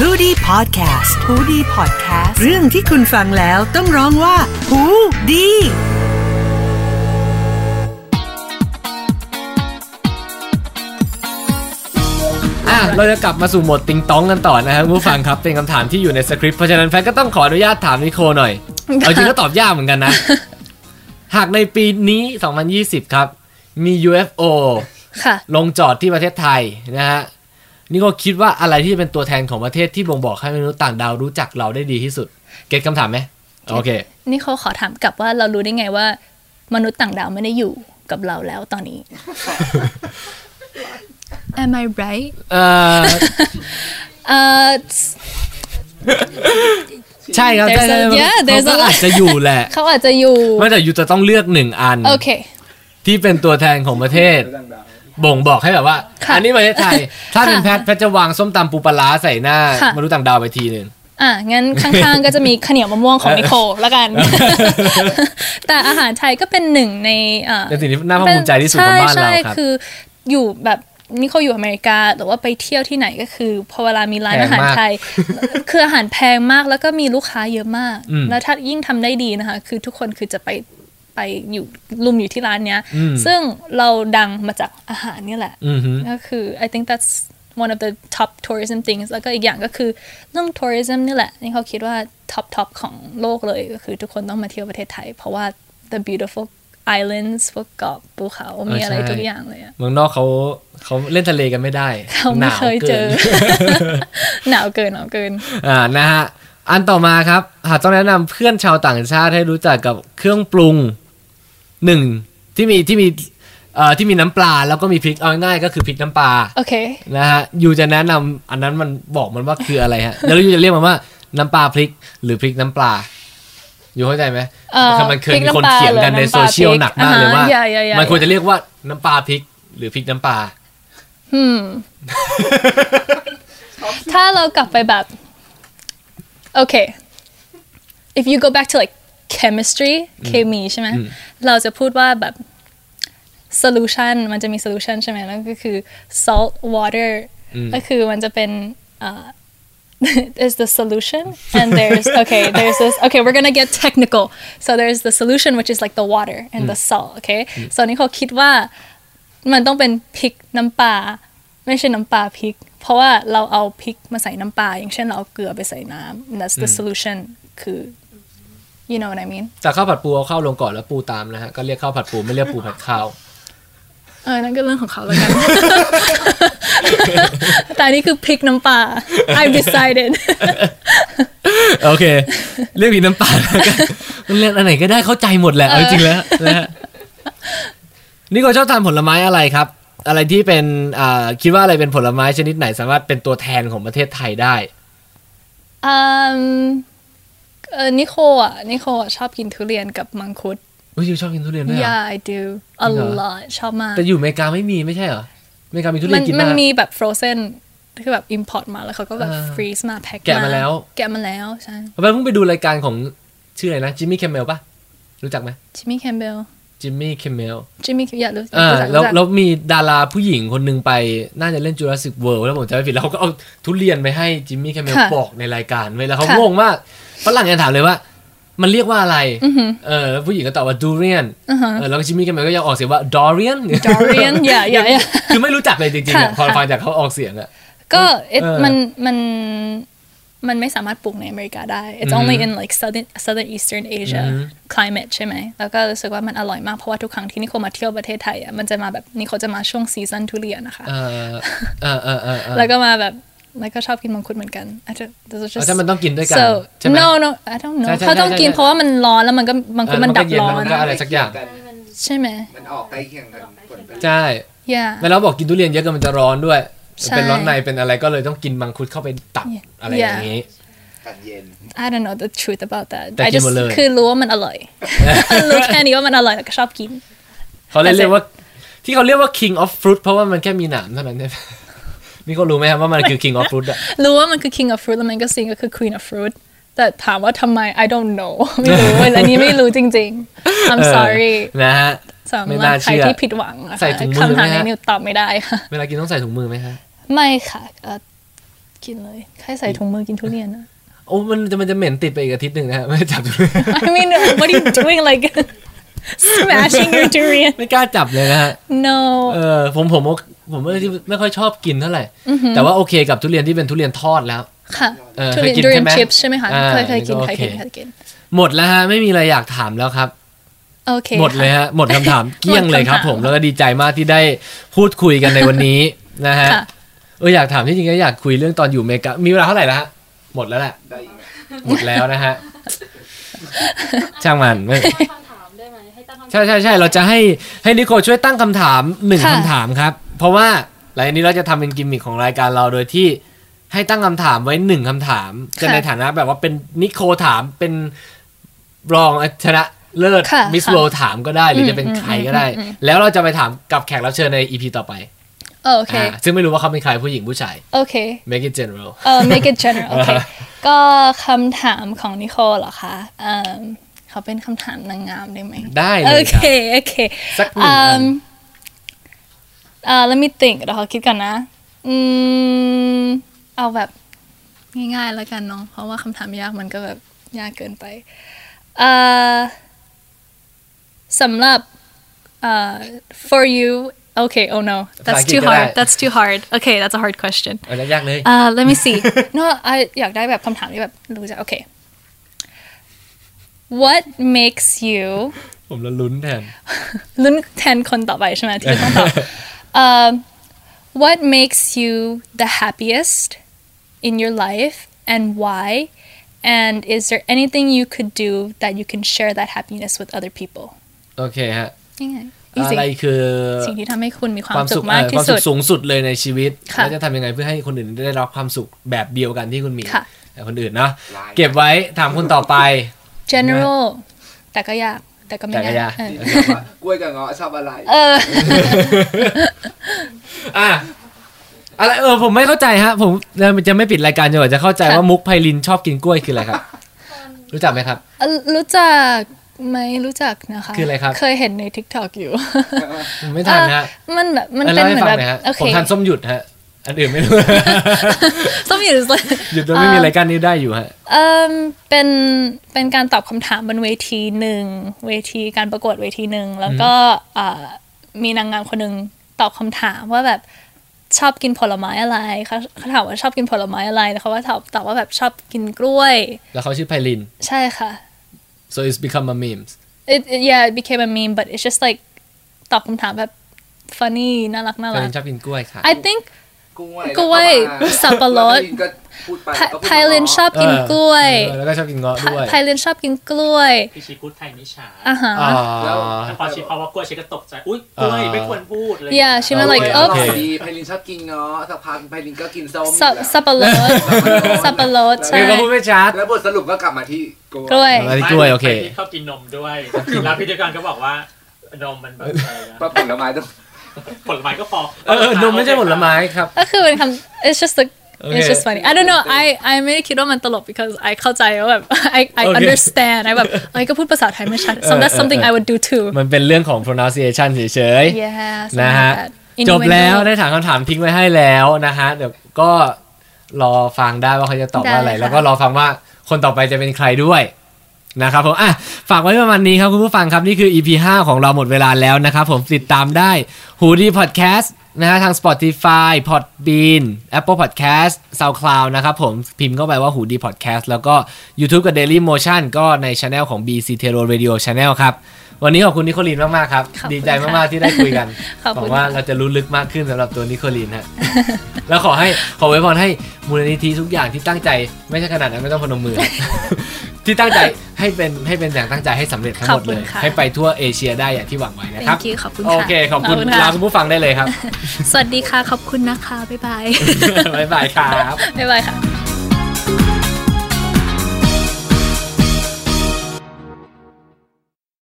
h o ดี้พอดแคสต์ฮูดี้พอดแคสต์เรื่องที่คุณฟังแล้วต้องร้องว่าหูดี อ่ะเราจะกลับมาสู่โหมดติงต้องกันต่อนะครับคุณผู้ฟังครับเป็นคำถามที่อยู่ในสคริปต์เพราะฉะนั้นแฟนก็ต้องขออนุญาตถามนิโคห น่อย เอาจริงก็ตอบยากเหมือนกันนะ หากในปีนี้ 2020 ครับ มี UFO ค่ะ ลงจอดที่ประเทศไทยนะฮะนิโคคิดว่าอะไรที่จะเป็นตัวแทนของประเทศที่บ่งบอกให้มนุษย์ต่างดาวรู้จักเราได้ดีที่สุด เก็ตคำถามไหมโอเค นี่เขาขอถามกลับว่าเรารู้ได้ไงว่า มนุษย์ต่างดาวไม่ได้อยู่กับเราแล้วตอนนี้ Am I right เอ่อ เอ่อ ใช่ครับใช่ There's a- ใช่ yeah, เขา there's a ก็ lot อาจจะอยู่แหละ เขาอาจจะอยู่ ไม่แต่อยู่จะต้องเลือกหนึ่งอัน โอเค ที่เป็นตัวแทนของประเทศ บ่งบอกให้แบบว่า ค่ะ อันนี้ประเทศไทย ถ้าเป็น ค่ะ แพทย์แพทย์จะวางส้มตำปูปลาร้าใส่หน้า ค่ะ มนุษย์ต่างดาวไปทีหนึ่ง อ่ะ งั้นข้างๆ ก็จะมีข้าวเหนียวมะม่วงของนิโคละ กัน แต่อาหารไทยก็เป็นหนึ่งในเอ่อ เป็นสิ่งที่น่าภาคภูมิใจที่สุดของบ้านเราใช่ใช่ ครับ คืออยู่แบบนี่เขาอยู่อเมริกาแต่ว่าไปเที่ยวที่ไหนก็คือพอเวลามีร้านอาหารไทย คืออาหารแพงมากแล้วก็มีลูกค้าเยอะมาก อืม แล้วถ้ายิ่งทำได้ดีนะคะ คือทุกคนคือจะไปไปอยู่ลุมอยู่ที่ร้านเนี้ย อืม ซึ่งเราดังมาจากอาหารเนี่ยแหละ อือหือ ก็คือ I think that's one of the top tourism things แล้วก็อีกอย่างก็คือเรื่อง tourism นี่แหละ นี่เขาคิดว่า top top ของโลกเลยก็คือทุกคนต้องมาเที่ยวประเทศไทย เพราะว่า the beautiful islands พวกเกาะภูเขา มีอะไร ใช่ ทุกอย่างเลยอะ เมืองนอกเขาเขาเล่นทะเลกันไม่ได้ เรา ห ไม่ นาว เคยเจ อ หนาวเกินหนาวเกิน อ่านะฮะ อันต่อมาครับ หากต้องแนะนำเพื่อนชาวต่างชาติให้รู้จักกับเครื่องปรุงหนึ่งที่มีที่มีเอ่อที่มีน้ำปลาแล้วก็มีพริกเอาง่ายๆก็คือพริกน้ำปลา โอเค นะฮะยูจะแนะนำอันนั้นมันบอกมันว่าคืออะไรฮะ แล้วยูจะเรียกมันว่าน้ำปลาพริก หรือพริกน้ำปลาอยู่เข้าใจไหม เอ่อ มันเคยมีคน พริกน้ำเถียปลางกัน หรือ ใน น้ำปลา โซเชียล พริก หนักมากเลย อ่าฮะ ว่า อย่าอย่าอย่ามั มันควรจะเรียกว่าน้ำปลาพริก หรือพริกน้ำปลา อืม ถ้าเรากลับไปแบบ โอเค if you go back to like chemistry เคมีใช่ไหม เราจะพูดว่าแบบ solution มันจะมี solution ใช่ไหมแล้วก็คือ salt water อืม ก็คือมันจะเป็นอ่ า is the solution and there's okay there's this okay we're gonna get technical so there's the solution which is like the water and the salt okay so นี่เขาคิดว่า มันต้องเป็นพริกน้ำปลาไม่ใช่น้ำปลาพริก เพราะว่าเราเอาพริกมาใส่น้ำปลาอย่างเช่นเราเอาเกลือไปใส่น้ำ and that's the solution คือ you know what I mean แต่ข้าวผัดปูเอาข้าวลงก่อนแล้วปูตามนะฮะก็เรียกข้าวผัดปูไม่เรียกปูผัดข้าว เออนั่นก็เรื่องของเขาแล้วกัน แต่อันนี่คือพริกน้ำปลา I decided โอเค เรียกพริกน้ำปลา แล้วกันมันเรียกอันไหนก็ได้เข้าใจหมดแหละเอาจริงๆแล้วนะฮะนี่ก็ชอบทานผลไม้อะไรครับ อะไรที่เป็นอ่าคิดว่าอะไรเป็นผลไม้ชนิดไหน สามารถเป็นตัวแทนของประเทศไทยได้ อืมเออนิโคอ่ะนิโคอ่ะชอบกินทุเรียนกับมังคุด อุ้ยยูชอบกินทุเรียนด้วยเหรอ yeah I do a จริงเหรอ lot ชอบมาก แต่อยู่อเมริกาไม่มีไม่ใช่เหรออเมริกามีทุเรี มั ยน น กิน มัน มาก มีแบบ frozen คือแบบ import มาแล้วเขาก็แบบ เออ freeze มาแพ็ค แกะมาแล้ว แกะมาแล้วใช่ เพราะว่าเพิ่งไปดูรายการของชื่ออะไรนะจิมมี่แคมเมลปะรู้จักไหม จิมมี่แคมเบล จิมมี่แคมเมล จิมมี่อยากรู้ อ่า รู้จัก แล้ว รู้จัก แล้วมีดาราผู้หญิงคนหนึ่งไป น่าจะเล่นจูราสสิกเวิลด์แล้วผมจำไม่ผิดแล้วเขาก็เอาทุเรียนไปให้จิมมี่แคมเมลปอกในรายการไว้แล้วเขางงมากฝรั่งยังถามเลยว่า มันเรียกว่าอะไรเออแล้วผู้หญิงก็ตอบว่าดูเรียนเออแล้วก็จิมมี่แคมเมลก็ยังออกเสียงว่าดอเรียน ดอเรียนอย่าอย่าอย่า คือไม่รู้จักเลยจริงๆอะ ค่ะ พอฟังจากเขาออกเสียงอะ ก็ it เออ มันมันมันไม่สามารถปลูกในอเมริกาได้ it's อือฮึ only in like southern southern eastern Asia อือฮึ climate ใช่ไหม แล้วก็รู้สึกว่ามันอร่อยมากเพราะว่าทุกครั้งที่นิโคมาเที่ยวประเทศไทยอ่ะมันจะมาแบบนิโคจะมาช่วงซีซันทุเรียนนะคะ เออเออเออเออเออ แล้วก็มาแบบแล้วก็ชอบกินมังคุดเหมือนกัน I don't those are อ๋อ just แต่มันต้องกินด้วยกัน so ใช่ไหม no no I don't ใช่ know ใช่ เขาต้องกิน ใช่ใช่ เพราะว่ามันร้อนแล้วมันก็มังคุดมันดับ เออ ร้อ มัน นก็อะไรสักอย่าง ใช่ไหม มันออกใกล้เคียงกันผลผลิต ใช่ yeah แล้วเราบอกกินทุเรียนเยอะเกินมันจะร้อนด้วย ใช่ เป็นร้อนในเป็นอะไรก็เลยต้องกินมังคุดเข้าไปตัด Yeah. อะไรอย่างนี้ ตัดเย็น I don't know the truth about that แต่ I กิน just หมดเลย คือรู้ว่ามันอ ร่อย รู้แค่นี้ว่ามันอร่อยแล้วก็ชอบกิน เขาเลย That's it เรียกว่า ที่เขาเรียกว่า king of fruit เพราะว่ามันแค่มีหนามเท่านั้น เนี่ย นี่ก็รู้ไหมครับว่ามันคือ king of fruit อะ รู้ว่ามันคือ king of fruit แล้วมันก็สิ่งก็คือ queen of fruit แต่ถามว่าทำไม I don't know ไม่รู้ อันนี้ไม่รู้จริง ๆ I'm เออ sorry นะฮะ สำห ไม่ รั น่า บใคร เชื่อ ที่ผิดหวังนะคะ ใส่ถุงมือ คำถาม ไหม นี้ ฮะ นิวตอบไม่ได้ค่ะ เวลากินต้องใส่ถุงมือไหมฮะ ไม่ค่ะเอ่อ กินเลยแค่ใส่ถุงมือกินทุเรียนอะ โอ้มันจะมันจะเหม็นติดไปอีกอาทิตย์หนึ่งนะฮะ ไม่ได้จับทุเรียน I mean what are you doing like smashing your durian ไม่กล้าจับเลยนะฮะ no เออผมผมผมไม่ได้ไม่ค่อยชอบกินเท่าไหร่ แต่ว่าโอเคกับทุเรียนที่เป็นทุเรียนทอดแล้ว ค่ะ เออ ทุเรียน เคยกินใช่ไหม durian chips ใช่ไหมคะ อ่า เคยเคยกิน อัน เค นี้ ย ก็ กิน โอเค เคยกิน หมดแล้วฮะไม่มีอะไรอยากถามแล้วครับ โอเค หมดเลย ค่ะ ฮะหมดคำถาม เกลี้ยงเลยครับ หมดคำถาม ผมแล้วก็ดีใจมากที่ได้พูดคุยกันในวันนี้ นะฮะ ค่ะ เอออยากถามที่จริงก็อยากคุยเรื่องตอนอยู่อเมริกามีเวลาเท่าไหร่แล้วฮะหมดแล้วแหละ ได้อีกไหม หมดแล้วนะฮะ ช่างมันไม่ คำถามได้ไหมให้ตั้งคำถาม ใช่ใช่ใช่เราจะให้ให้นิโคช่วยตั้งคำถามหนึ่ง ค่ะ คำถามครับ เพราะว่าหลังจากนี้เราจะทำเป็นกิมมิคของรายการเราโดยที่ให้ตั้งคำถามไว้หนึ่งคำถาม จะในฐานะแบบว่าเป็นนิโคถามเป็นรองชนะเลิศ ค่ะ มิส ค่ะ โลถามก็ได้หรืออ ม จะเป็นใครก็ได้ อืมอืม แล้วเราจะไปถามกับแขกรับเชิญในอีพีต่อไป โอเค อ่าซึ่งไม่รู้ว่าเขาเป็นใครผู้หญิงผู้ชาย โอเค make it general เอ่อ make it general โอเค ก็คำถามของนิโคลเหรอคะเอ่อเขาเป็นคำถามนางงามได้ไหม ได้เล โอย ค เค รับ โอเค สักหนึ่ง อื อั ม น เอ่อ Um, uh, let me think ah. เดี๋ยวขอคิดก่อนนะ อืม เอาแบบง่ายๆแล้วกันเนาะ เพราะว่าคำถามยากมันก็แบบยากเกินไปเอ่อสำหรับเอ่อ Uh, for you okay oh no that's too hard that's too hard okay that's a hard question เอายากๆเลย เอ่อ let me see no I อยากได้แบบคำถามที่แบบรู้จัก okay what makes you ผมละลุ้นแทน ลุ้นแทนคนต่อไปใช่ไหมที่จะต้องตอบเอ่อ what makes you the happiest in your life and why and is there anything you could do that you can share that happiness with other people โอเคฮะ ยังไง อะไรคือ สิ่งที่ทำให้คุณมีความ Ah, uh, ความ สุ สุ ข ข มาก เอ่อ ที่ ความ สุ สุ ด ขสูงสุดเลยในชีวิต ค่ะ แล้วจะทำยังไงเพื่อให้คนอื่นได้รับความสุขแบบเดียวกันที่คุณมี ค่ะ แต่คนอื่นเนาะเก็บไว้ถามคนต่อไป general แต่ก็ยาก แต่ก็ไม่ แต่ก็ยาย าก กเออ ที่บอกว่ากล้วยกับเงาะชอบอะไร เออ อ่ะอะไรเออผมไม่เข้าใจฮะ ผมจะไม่ปิดรายการจนกว่าจะเข้าใจ ค่ะ ว่ามุกไพลินชอบกินกล้วยคืออะไรครับ รู้จักไหมครับ เอ่อรู้จักไหมรู้จักนะคะ คืออะไรครับ เคยเห็นใน TikTok อยู่ ผมไม่ทันฮะ มันแบบมัน อ่ะ เป็น เล่าให้เหมือ ฟั น งหแบบ น่อยฮะ โอเค ผมทาน ส้มหยุดฮะ อันอื่นไม่รู้ ส้มอยู่ หยุดโดยไม่มีรายการนี้ได้อยู่ฮะ เอิ่มเป็นเป็นการตอบคำถามบนเวทีหนึ่งเวทีการประกวดเวทีหนึ่งแล้วก็เอ่อมีนางงามคนหนึ่งตอบคำถามว่าแบบชอบกินผลไม้อะไรเขาเขาถามว่าชอบกินผลไม้อะไรแล้วเขาว่าตอบตอบว่าแบบชอบกินกล้วย แล้วเขาชื่อไพลิน ใช่ค่ะ so it's become a meme it, it yeah it became a meme but it's just like ตอบคำถามแบบ funny น่ารักน่า ไพ รั ลิ ก นชอบกินกล้วยค่ะ I think กล้วย กล้วย แล้ว สับปะรด แล้วก็พูดไป ไพ ก็พูด ไพลินชอบกินกล้วย เออแล้วก็ชอบกินเงาะด้วย ไพลินชอบกินกล้วย พี่ชีพูดไทยไม่ช้า อ่าฮะ อ๋อ แต่พอชีพอว่ากล้วยชีก็ตกใจ อุ้ยกล้วย อ่า ไม่ควรพูดเลย yeah she was กล้วย like อ oops ร่อย Okay. ดีไพลินชอบกินเงาะสักพักไพลินก็กินส้ม สับ แล้ว สับปะร ดสับปะรดใช่ เดี๋ยวก็พูดไม่ชัด แล้วบทสรุปก็กลับมาที่กล้วย กล้วย อันนี้กล้วยโอเค พี่ชอบกินนมด้วยแล้วพิธีกรก็บอกว่านมมันแบบอะไรนะ ป้าผลไม้ต้อง ผลไม้ก็พอ เออเออนมไม่ใช่ผลไม้ครับ ก็คือเป็นคำ it's just like it's โอเค just funny I don't know I I ไม่ได้คิดว่ามันตลก because I เข้าใจว่าแบบ I I โอเค understand I แบบไอ้ก็พูดภาษาไทยไม่ ชัด so that's something I would do too มันเป็นเรื่องของ pronunciation เฉย yeah นะฮะ ๆ จบแล้วได้ถามคำถามทิ้งไว้ให้แล้วนะฮะ เดี๋ยวก็รอฟังได้ว่าเขาจะตอบว่าอะไร ได้ค่ะ แล้วก็รอฟังว่าคนต่อไปจะเป็นใครด้วยนะครับผมอ่ะฝากไว้ประมาณนี้ครับคุณผู้ฟังครับ นี่คือ EP 5 ของเราหมดเวลาแล้วนะครับผมติดตามได้ h o ดี Podcast นะฮะทาง Spotify Podbean Apple Podcast SoundCloud นะครับผมพิมพ์เข้าไปว่า h o ดี Podcast แล้วก็ YouTube กับ Daily Motion ก็ใน Channel ของ BC t e r o Radio Channel ครับ วันนี้ขอบคุณนิโคลีนมากๆครับ ขอบคุณ ดีใจ ค่ะ มากๆที่ได้คุยกัน ขอบ ห คุ วั ณ งว่า ค่ะ เราจะรู้ลึกมากขึ้นสำหรับตัวนิโคลีนฮะ แล้วขอให้ขอไว้พรให้มูลนิธิทุกอย่างที่ตั้งใจไม่ใช่ขนาดนั้นไม่ต้องพนมมือ ที่ตั้งใจให้เป็นให้เป็นอย่างตั้งใจให้สำเร็จทั้งหมดเลย ขอบคุณค่ะ ให้ไปทั่วเอเชียได้อย่างที่หวังไว้นะครับ thank you ขอบคุณ โอ ค่ะ เค ขอบคุณ ค่ะ ลาคุณผู้ฟังได้เลยครับ สวัสดีค่ะ ขอบคุณนะคะ บ๊ายบาย บ๊ายบายครับ บ๊ายบายค่ะ